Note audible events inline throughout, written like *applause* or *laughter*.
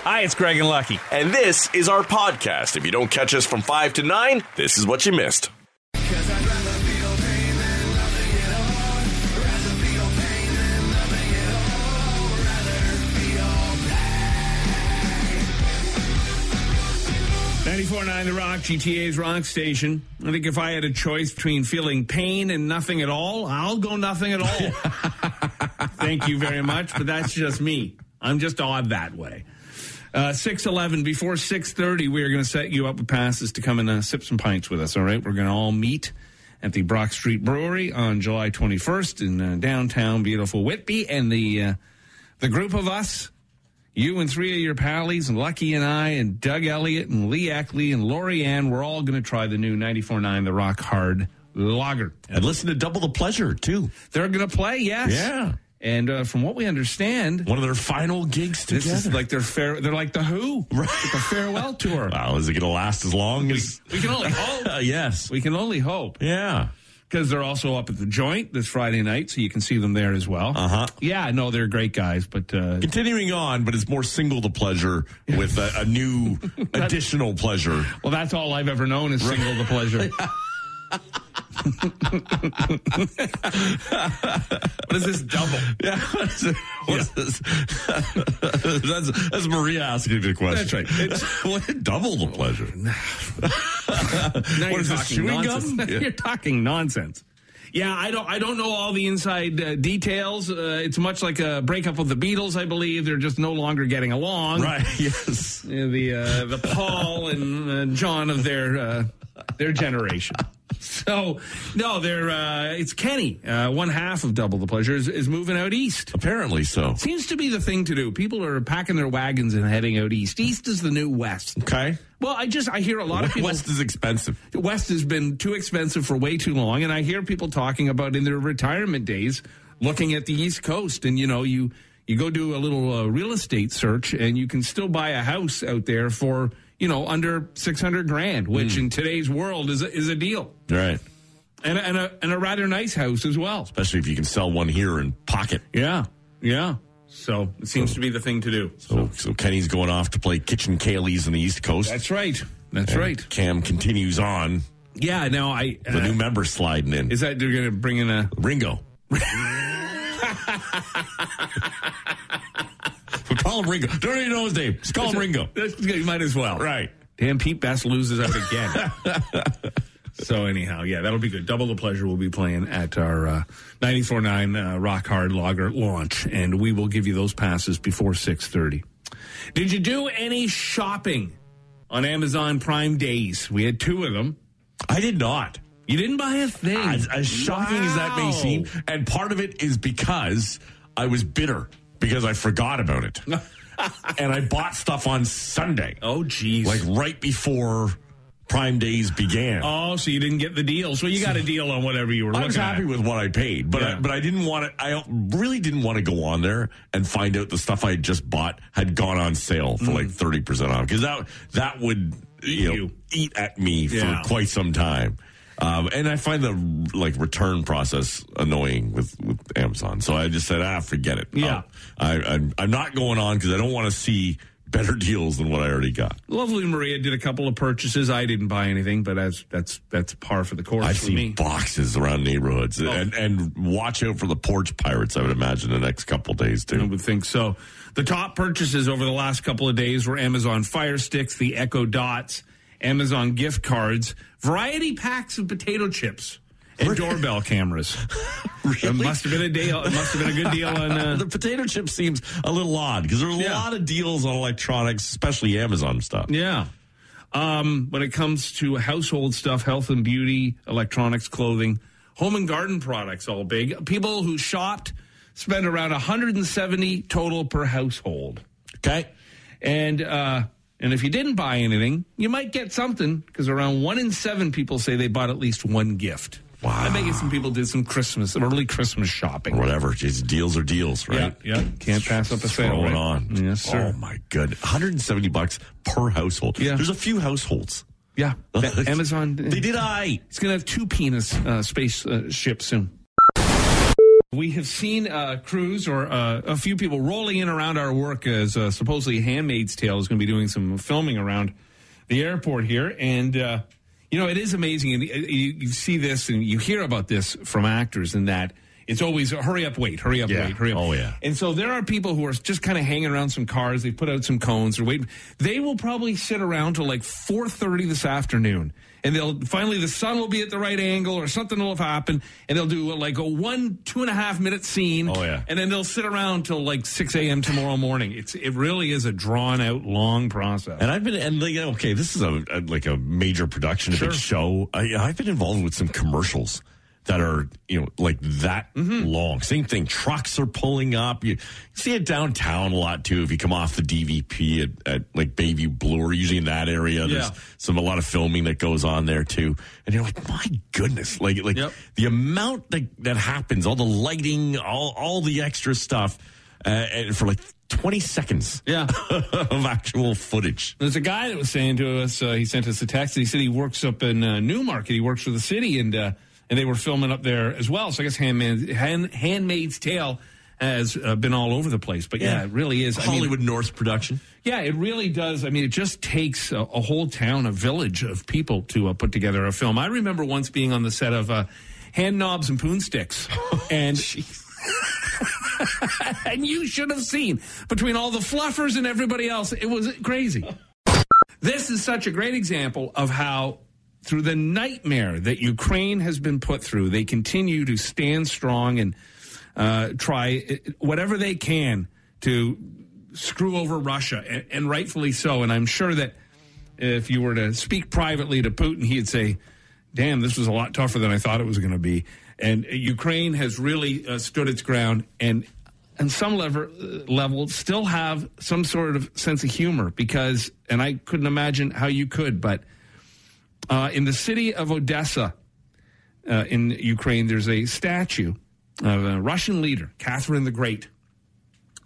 Hi, it's Greg and Lucky. And this is our podcast. If you don't catch us from 5 to 9, this is what you missed. Ninety-four-nine, The Rock, GTA's rock station. I think if I had a choice between feeling pain and nothing at all, I'll go nothing at all. Thank you very much, but that's just me. I'm just odd that way. Uh, 611, before 630, we are going to set you up with passes to come and uh, sip some pints with us, all right? We're going to all meet at the Brock Street Brewery on July 21st in uh, downtown beautiful Whitby. And the, uh, the group of us, you and three of your pallies, and Lucky and I, and Doug Elliott, and Lee Ackley, and Lori Ann, we're all going to try the new 94.9 The Rock Hard Lager. And listen to Double the Pleasure, too. They're going to play, yes. Yeah. And uh, from what we understand, One of their final gigs this together. is like their fair. They're like *laughs* the Who, right? It's a farewell tour. wow, is it going to last as long as. We can only *laughs* hope. Uh, yes. We can only hope Yeah. because they're also up at the joint this Friday night, so you can see them there as well. Uh Uh-huh. Yeah, no, they're great guys, but uh, Continuing on, but it's more single to pleasure with a, a *laughs* new additional pleasure. well, that's all I've ever known is single the pleasure. What is this double? Yeah. *laughs* What's this? *laughs* that's, that's Maria asking the question. That's *laughs* right. what, double the *laughs* pleasure. Now What you're is this, talking chewing nonsense. gum? Yeah. *laughs* you're talking nonsense. Yeah, I don't. I don't know all the inside uh, details. Uh, it's much like a breakup of the Beatles, I believe. They're just no longer getting along. Right. Yes. Yeah, the uh, the Paul and uh, John of their uh, their generation. So no, they're uh, it's Kenny, uh, one half of Double the Pleasure, is, is moving out east. Apparently so. Seems to be the thing to do. People are packing their wagons and heading out east. East is the new west. Okay. Well, I just I hear a lot of people. West is expensive. West has been too expensive for way too long, and I hear people talking about in their retirement days looking at the East Coast, and you know you you go do a little uh, real estate search, and you can still buy a house out there for you know under six hundred grand, which in today's world is a, is a deal, Right. and a, and a and a rather nice house as well. Especially if you can sell one here and pocket. Yeah, yeah. So it seems to be the thing to do. So, so Kenny's going off to play kitchen Kaylee's in the East Coast. Oh. That's right. That's right. Cam continues on. Yeah. Now I The uh, new member sliding in. is that they're going to bring in *laughs* a *laughs* Ringo. we call him Ringo. Don't even know his name. Just call him *laughs* Ringo. You might as well. Right. Damn, Pete Best loses out again. *laughs* so anyhow, yeah, that'll be good. Double the pleasure will be playing at our uh, 94.9 uh, Rock Hard Lager launch, and we will give you those passes before 6.30. Did you do any shopping on Amazon Prime Days? We had two of them. I did not. You didn't buy a thing. As, as shocking as that may Wow. seem, and part of it is because I was bitter because I forgot about *laughs* it, and I bought stuff on Sunday, Oh, jeez. like right before Prime Days began. oh, so you didn't get the deal. So you *laughs* got a deal on whatever you were looking I was happy at. with what I paid, but Yeah. I, but I didn't want to. I really didn't want to go on there and find out the stuff I had just bought had gone on sale for like thirty percent off because that that would you know Mm. you. eat at me Yeah. for quite some time. Um, and I find the like return process annoying with, with Amazon, so I just said, ah, forget it. Yeah. Oh, I, I'm I'm not going on because I don't want to see better *laughs* deals than what I already got. Lovely Maria did a couple of purchases. I didn't buy anything, but that's that's that's par for the course I've for seen me. Oh. boxes around neighborhoods, and and watch out for the porch pirates. I would imagine the next couple days I too. would think so. The top purchases over the last couple of days were Amazon Fire Sticks, the Echo Dots, Amazon gift cards, variety packs of potato chips, and doorbell cameras. It must have been a deal. It must have been a good deal on. Uh, *laughs* the potato chip seems a little odd because there's a Yeah. lot of deals on electronics, especially Amazon stuff. yeah. Um, when it comes to household stuff, health and beauty, electronics, clothing, home and garden products, all big. People who shopped spent around 170 total per household. Okay, And uh, and if you didn't buy anything, you might get something because around one in seven people say they bought at least one gift. Wow. I bet you some people did some Christmas, early Christmas shopping. whatever. Jeez, deals are deals, right? Yeah, yeah. Can't pass up a sale. Throwing right? on. Yes, sir. Oh my good, 170 bucks per household. Yeah. There's a few households. *laughs* Yeah. That Amazon. They did I. It's going to have two penis uh, space uh, ships soon. We have seen uh, crews or uh, a few people rolling in around our work as uh, supposedly Handmaid's Tale is going to be doing some filming around the airport here. And, uh, you know, it is amazing. And uh, you, you see this and you hear about this from actors and that it's always hurry up, wait, hurry up, Yeah. wait, hurry up. Oh, yeah. And so there are people who are just kind of hanging around some cars. They put out some cones. They're waiting. They will probably sit around till like 4.30 this afternoon. And they'll finally, the sun will be at the right angle or something will have happened. And they'll do like a one, two and a half minute scene. Oh, yeah. And then they'll sit around till like 6 a.m. tomorrow morning. It's It really is a drawn out, long process. And I've been and like okay, this is a, a- like a major production, a big show. I, I've been involved with some commercials that are you know like that Mm-hmm. long. Same thing. Trucks are pulling up. You see it downtown a lot too. If you come off the DVP at, at like Bayview Blue or usually in that area, there's Yeah. some a lot of filming that goes on there too. And you're like, my goodness, like like Yep. the amount that that happens, all the lighting, all all the extra stuff, uh, and for like 20 seconds yeah. *laughs* of actual footage. There's a guy that was saying to us, uh, he sent us a text. He said he works up in uh, Newmarket. He works for the city, and uh, and they were filming up there as well. So I guess Handmaid, Hand, Handmaid's Tale has uh, been all over the place. But yeah, it really is. I mean, Hollywood North production. yeah, it really does. I mean, it just takes a, a whole town, a village of people to uh, put together a film. I remember once being on the set of uh, Hand Knobs and Poon Sticks, and *laughs* and you should have seen between all the fluffers and everybody else, it was crazy. this is such a great example of how. Through the nightmare that Ukraine has been put through, they continue to stand strong and uh, try uh, whatever they can to screw over Russia, and, and rightfully so. And I'm sure that if you were to speak privately to Putin, he'd say, "Damn, this was a lot tougher than I thought it was going to be." And uh, Ukraine has really uh, stood its ground, and on some level, level, still have some sort of sense of humor because, and I couldn't imagine how you could, but uh, in the city of Odessa, uh, in Ukraine, there's a statue of a Russian leader, Catherine the Great.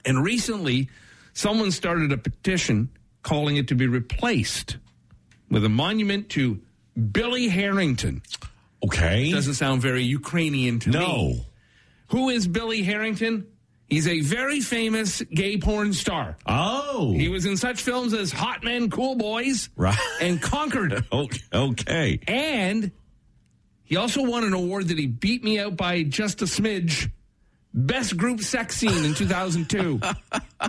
And recently, someone started a petition calling it to be replaced with a monument to Billy Harrington. Okay. Doesn't sound very Ukrainian to me. no. Who is Billy Harrington? He's a very famous gay porn star. Oh. He was in such films as Hot Men, Cool Boys, Right. and Conquered. O- okay. And he also won an award that he beat me out by just a smidge. Best group sex scene in *laughs* 2002. Uh,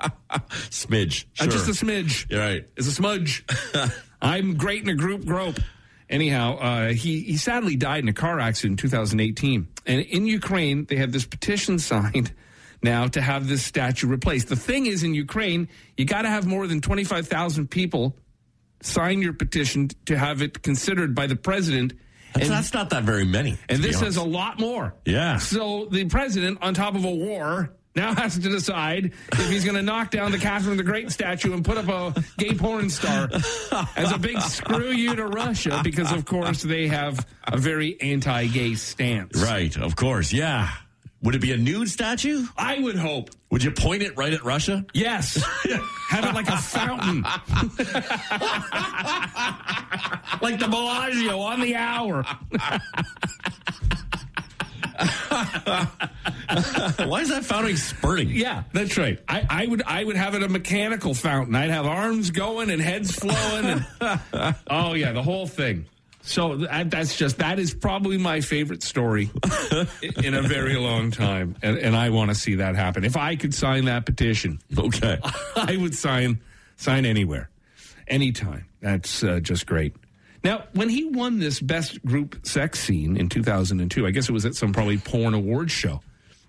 Smidge. Sure. just a smidge. You're right. is a smudge. *laughs* I'm great in a group grope. Anyhow, uh, he, he sadly died in a car accident in 2018. And in Ukraine, they have this petition *laughs* signed now to have this statue replaced. The thing is, in Ukraine, you got to have more than 25,000 people sign your petition to have it considered by the president. That's, that's not that very many. And this is a lot more. Yeah. So the president, on top of a war, now *laughs* has to decide if he's going to knock down the Catherine the Great statue and put up a gay porn star as a big screw you to Russia, because of course they have a very anti-gay stance. Right. Of course. Yeah. Would it be a nude statue? I would hope. Would you point it right at Russia? Yes. Have it like a fountain. *laughs* like the Bellagio on the hour. Why is that fountain spurting? Yeah, that's right. I, I would I would have it a mechanical fountain. I'd have arms going and heads flowing. And, oh yeah, the whole thing. So that, that's just that is probably my favorite story i- in a very long time, and, and I want to see that happen. If I could sign that petition, *laughs* Okay. I would sign sign anywhere, anytime. That's uh, just great. Now, when he won this best group sex scene in 2002, I guess it was at some probably porn awards show.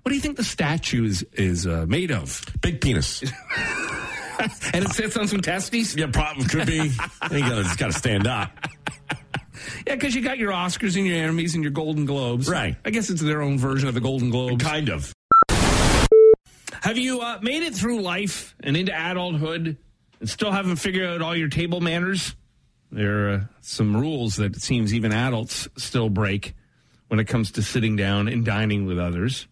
What do you think the statue is is uh, made of? Big *laughs* penis. And it sits on some testes? Yeah, problem could be. you gotta, it's got to stand up. *laughs* Yeah, because you got your Oscars and your Emmys and your Golden Globes. Right. I guess it's their own version of the Golden Globes. Kind of. Have you uh, made it through life and into adulthood and still haven't figured out all your table manners? There are uh, some rules that it seems even adults still break when it comes to sitting down and dining with others.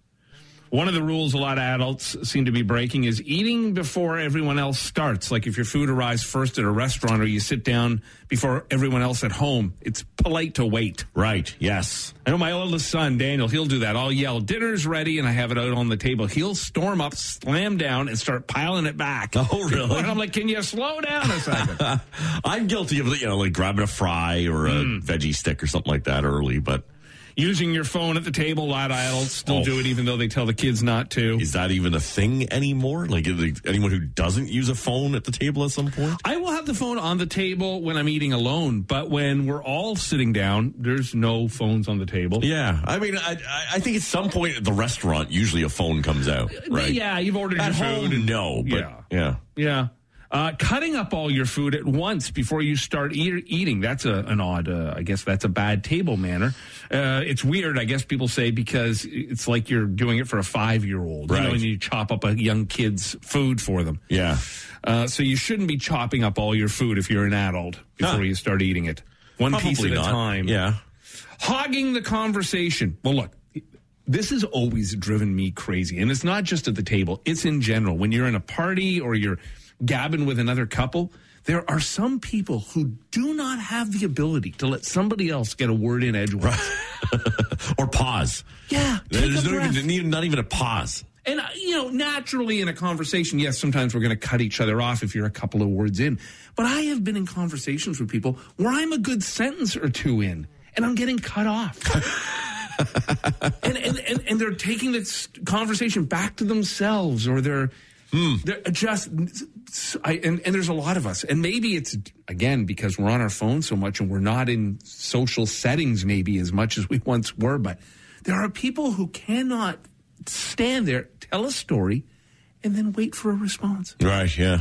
One of the rules a lot of adults seem to be breaking is eating before everyone else starts. Like if your food arrives first at a restaurant or you sit down before everyone else at home, it's polite to wait. Right. Yes. I know my oldest son, Daniel, he'll do that. I'll yell, dinner's ready, and I have it out on the table. He'll storm up, slam down, and start piling it back. Oh, really? And I'm like, can you slow down a second? *laughs* I'm guilty of you know like grabbing a fry or a Hmm. veggie stick or something like that early, but Using your phone at the table, a lot of adults still Oh. do it, even though they tell the kids not to. is that even a thing anymore? Like is it- anyone who doesn't use a phone at the table at some point? I will have the phone on the table when I'm eating alone, but when we're all sitting down, there's no phones on the table. Yeah, I mean, I I- I think at some point at the restaurant, usually a phone comes out, right? Yeah, you've ordered At your food. home, no, but Yeah. yeah, Yeah. Uh, cutting up all your food at once before you start eat- eating. That's a, an odd, uh, I guess that's a bad table manner. Uh, it's weird, I guess people say, because it's like you're doing it for a five year old. You know, Right. and you chop up a young kid's food for them. yeah. Uh, so you shouldn't be chopping up all your food if you're an adult before Huh. you start eating it. One piece Probably at a not. time. Yeah, Hogging the conversation. Well, look, this has always driven me crazy. And it's not just at the table, it's in general. When you're in a party or you're gabbing with another couple, there are some people who do not have the ability to let somebody else get a word in edgewise. or pause. *laughs* Yeah. take There's a not breath. even, even- not even a pause. And, uh, you know, naturally in a conversation, yes, sometimes we're going to cut each other off if you're a couple of words in. But I have been in conversations with people where I'm a good sentence or two in and I'm getting cut off. and, and, and, and they're taking this conversation back to themselves or they're. They're just, I, and, and there's a lot of us. And maybe it's, again, because we're on our phone so much and we're not in social settings maybe as much as we once were, but there are people who cannot stand there, tell a story, and then wait for a response. Right. Yeah.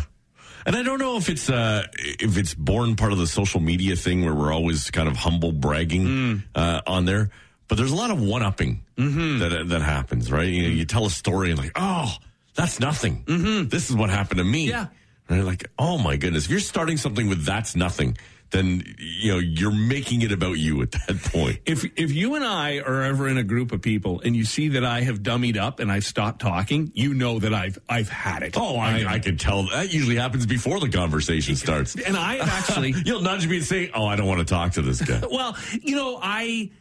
And I don't know if it's uh, if it's born part of the social media thing where we're always kind of humble bragging uh, on there, but there's a lot of one upping that that happens, right? You, know, you tell a story and like, oh, that's nothing. This is what happened to me. Yeah. And you're like, oh my goodness, if you're starting something with that's nothing, then you know you're making it about you at that point. If, if you and I are ever in a group of people and you see that I have dummied up and I've stopped talking, you know that I've, I've had it. Oh, I, I can tell that usually happens before the conversation starts. and I have actually, You'll nudge me and say, "Oh, I don't want to talk to this guy." *laughs* Well, you know, I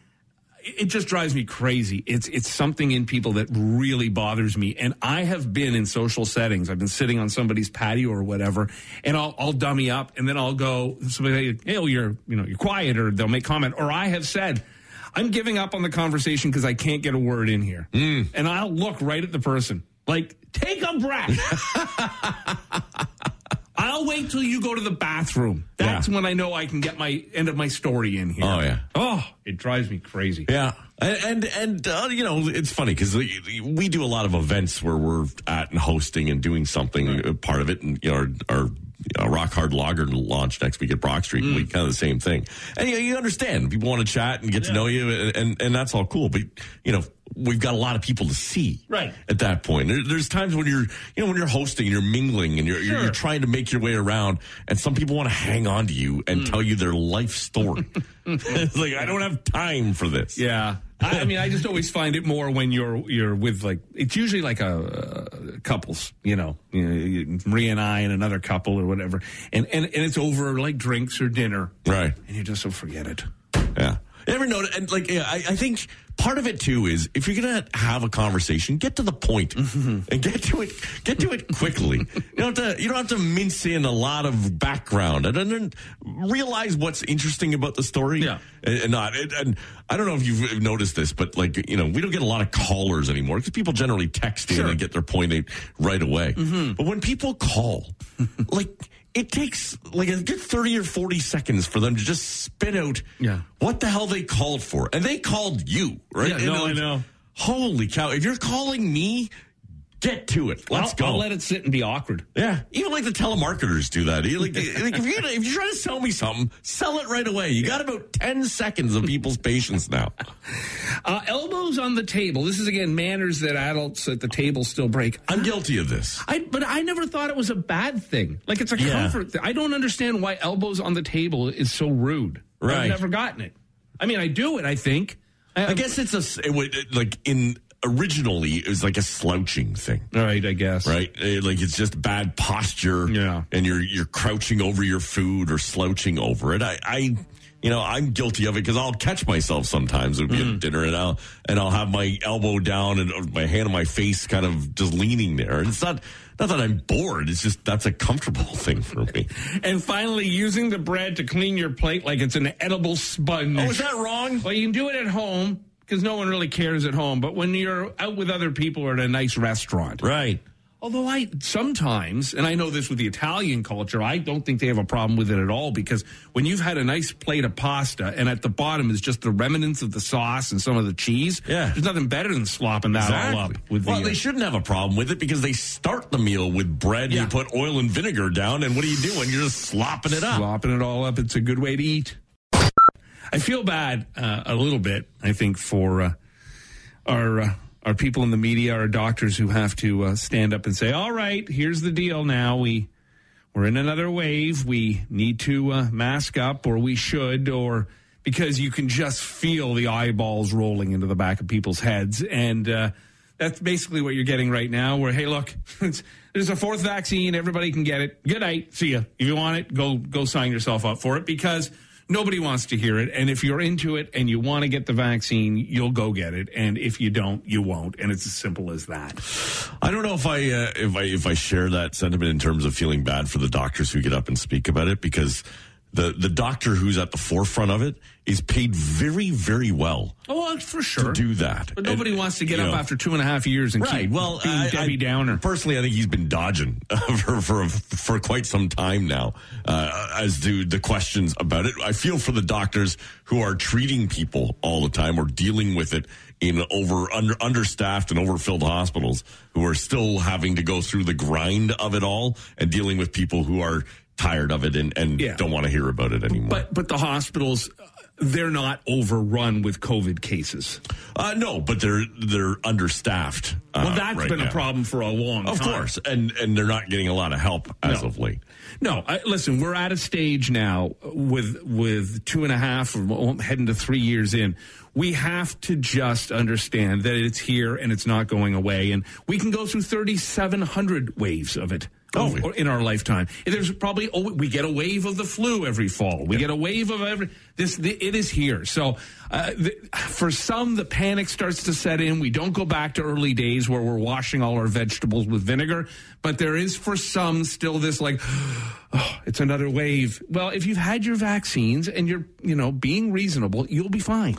it just drives me crazy. It's it's something in people that really bothers me. And I have been in social settings. I've been sitting on somebody's patio or whatever, and I'll I'll dummy up, and then I'll go. Somebody, hey, well, you're you know you're quiet, or they'll make comment, or I have said. I'm giving up on the conversation because I can't get a word in here. And I'll look right at the person. Like, take a breath. *laughs* I'll wait till you go to the bathroom. That's Yeah. when I know I can get my end of my story in here. Oh, yeah. Oh, it drives me crazy. Yeah, and and, and uh, you know it's funny because we do a lot of events where we're at and hosting and doing something uh, part of it, and you know, our, our uh, rock hard lager launch next week at Brock Street. We Mm. kind of the same thing, and you, know, you understand people want to chat and get to know you, and, and and that's all cool. But you know we've got a lot of people to see, Right. At that point, there, there's times when you're you know when you're hosting and you're mingling and you're, you're Sure. you're trying to make your way around, and some people want to hang on to you Hmm. and tell you their life *laughs* story. it's like I don't have time for this. Yeah. I, I mean, I just always find it more when you're you're with like it's usually like a uh, couples, you know, you know, you- Marie and I and another couple or whatever, and and and it's over like drinks or dinner, Right. and you just so forget it. Yeah. You Ever notice? And like, yeah, I, I think part of it too is if you're gonna have a conversation, get to the *laughs* point Mm-hmm. and get to it. Get to it quickly. you don't have to. You don't have to mince in a lot of background and, and, then realize what's interesting about the story. Yeah. and, and not. And, and I don't know if you've noticed this, but like, you know, we don't get a lot of callers anymore because people generally text Sure. Mm-hmm. in and get their point out right away. But when people *laughs* call, like. It takes like a good 30 or 40 seconds for them to just spit out Yeah. what the hell they called for. And they called you, right? Yeah, And no, like, I know. Holy cow. If you're calling me, get to it. Let's I'll, go. I'll let it sit and be awkward. yeah. Even like the telemarketers do that. You- Like, *laughs* like, if, you're, if you're trying to sell me something, sell it right away. You got about 10 seconds of people's patience now. Uh, elbows on the table. This is again manners that adults at the table still break. I'm guilty of this. I, but I never thought it was a bad thing. Like it's a Yeah. comfort. Thing. I don't understand why elbows on the table is so rude. I've Right. never gotten it. I mean, I do it. I think. I guess it's a, s- it would, like, in originally it was like a slouching thing. All right, I guess. Right, Eh, like it's just bad posture, Yeah. And you're you're crouching over your food or slouching over it. I, I you know, I'm guilty of it because I'll catch myself sometimes. It'll be at dinner, and I'll and I'll have my elbow down and uh, my hand on my face, kind of just leaning there. And it's not not that I'm bored. It's just that's a comfortable *laughs* thing for me. And finally, using the bread to clean your plate like it's an edible sponge. oh, is that wrong? Well, you can do it at home because no one really cares at home. But when you're out with other people or at a nice restaurant, Right. although I sometimes, and I know this with the Italian culture, I don't think they have a problem with it at all because when you've had a nice plate of pasta and at the bottom is just the remnants of the sauce and some of the cheese, Yeah. there's nothing better than slopping that all up with well, the. uh, they shouldn't have a problem with it because they start the meal with bread. Yeah. You put oil and vinegar down, and what are you doing? You're just slopping it up. Lopping it all up. It's a good way to eat. I feel bad uh, a little bit. I think for uh, our uh, our people in the media, our doctors who have to uh, stand up and say, "All right, here's the deal. Now we we're in another wave. We need to uh, mask up, or we should, or." Because you can just feel the eyeballs rolling into the back of people's heads. And uh, that's basically what you're getting right now, where, hey, look, *laughs* it's, there's a fourth vaccine. Everybody can get it. Good night. See ya. If you want it, go, go sign yourself up for it because Nobody wants to hear it. And if you're into it and you want to get the vaccine, you'll go get it. And if you don't, you won't. And it's as simple as that. I don't know if I uh, if I if I share that sentiment in terms of feeling bad for the doctors who get up and speak about it because the the doctor who's at the forefront of it is paid very very well Oh, well, for sure. to do that. But nobody And, wants to get you up know, after two and a half years and Right. keep Well, being I, Debbie I- Downer. Personally, I think he's been dodging *laughs* for for for quite some time now. Uh, as to the questions about it, I feel for the doctors who are treating people all the time or dealing with it in over under understaffed and overfilled hospitals who are still having to go through the grind of it all and dealing with people who are tired of it and, and Yeah. don't want to hear about it anymore. But but the hospitals, uh, they're not overrun with COVID cases. uh, no, but they're they're understaffed. Uh, Well, that's right been now. a problem for a long Of time. course, and and they're not getting a lot of help as No. of late. No, I, listen, we're at a stage now with with two and a half, well, heading to three years in. We have to just understand that it's here and it's not going away, and we can go through thirty seven hundred waves of it. Oh. or- in our lifetime, there's probably oh, we get a wave of the flu every fall. We get a wave of every this. The, it is here. So uh, the, for some, the panic starts to set in. We don't go back to early days where we're washing all our vegetables with vinegar. But there is for some still this like, *sighs* oh, it's another wave. Well, if you've had your vaccines and you're you know being reasonable, you'll be fine.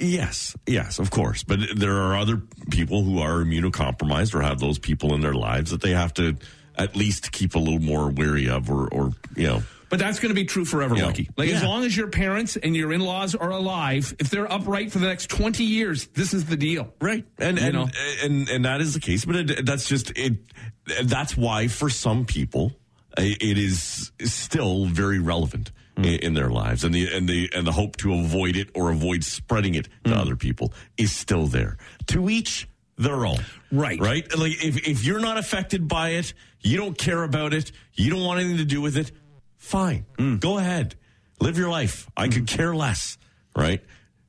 Yes, yes, of course. But there are other people who are immunocompromised or have those people in their lives that they have to at least keep a little more wary of or, or you know. But that's going to be true forever, Yeah. Lucky. Like as Yeah. long as your parents and your in-laws are alive, if they're upright for the next 20 years, this is the deal. Right. And You and, know. and and that is the case, but it, that's just it that's why for some people i- it is still very relevant i Hmm. in their lives and the and the and the hope to avoid it or avoid spreading it Hmm. to other people is still there. To each their own. Right. Right? Like if if you're not affected by it, you don't care about it, you don't want anything to do with it, fine. Go ahead. Live your life. I could care less, right?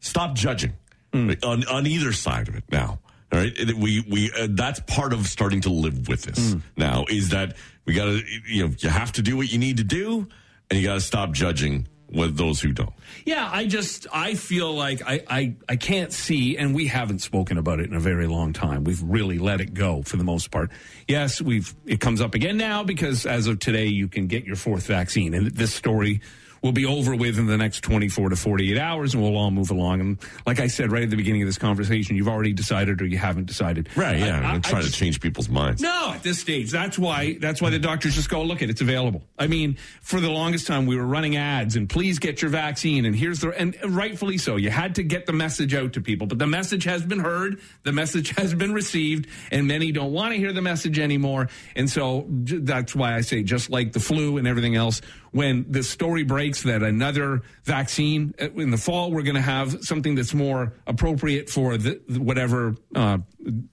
Stop judging on on either side of it now. All right? It- We we uh, that's part of starting to live with this. Now is that we got to you know you have to do what you need to do and you got to stop judging with those who don't. Yeah, I just I feel like I, I I can't see, and we haven't spoken about it in a very long time. We've really let it go for the most part. Yes, we've it comes up again now because as of today, you can get your fourth vaccine, and this story will be over with in the next 24 to 48 hours and we'll all move along and like i said right at the beginning of this conversation you've already decided or you haven't decided I- Yeah, I- and I try to just- change people's minds. no, at this stage, that's why that's why the doctors just go look at it's available. I mean, for the longest time we were running ads and please get your vaccine and here's the and rightfully so. You had to get the message out to people, but the message has been heard, the message *laughs* has been received, and many don't want to hear the message anymore. And so j- that's why I say just like the flu and everything else, when the story breaks that another vaccine uh, in the fall we're going to have something that's more appropriate for the, whatever uh,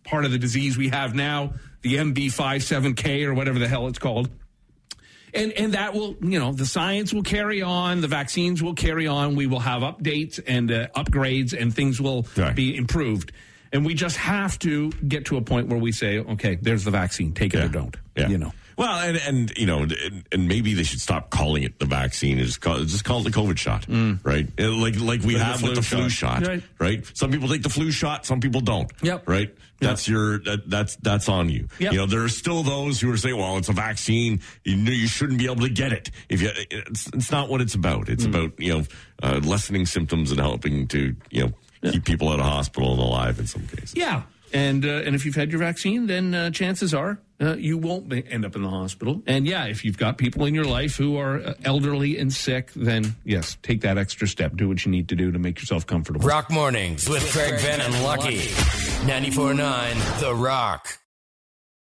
part of the disease we have now the MB57K or whatever the hell it's called. And and that will, you know, the science will carry on, the vaccines will carry on, we will have updates and uh, upgrades and things will Right. be improved. And we just have to get to a point where we say, okay, there's the vaccine, take it or don't. Yeah. You know. Well, and, and you know, and, and maybe they should stop calling it the vaccine. Just call, just call it the COVID shot, right? Uh, Like like we Mm. Like the have with the flu flu shot. shot, Right. right. Some people take the flu shot, some people don't. Yep. Right. That's your that, that's that's on you. Yep. You know, there are still those who are saying, "Well, it's a vaccine. You know, you shouldn't be able to get it if you." It's, it's not what it's about. Mm. It's about you know uh, lessening symptoms and helping to you know keep people out of hospital and alive in some cases. Yeah. And uh, and if you've had your vaccine, then uh, chances are uh, you won't be- end up in the hospital. And yeah, if you've got people in your life who are uh, elderly and sick, then yes, take that extra step. Do what you need to do to make yourself comfortable. Rock Mornings with Craig Ben and Lucky. 94.9 The Rock.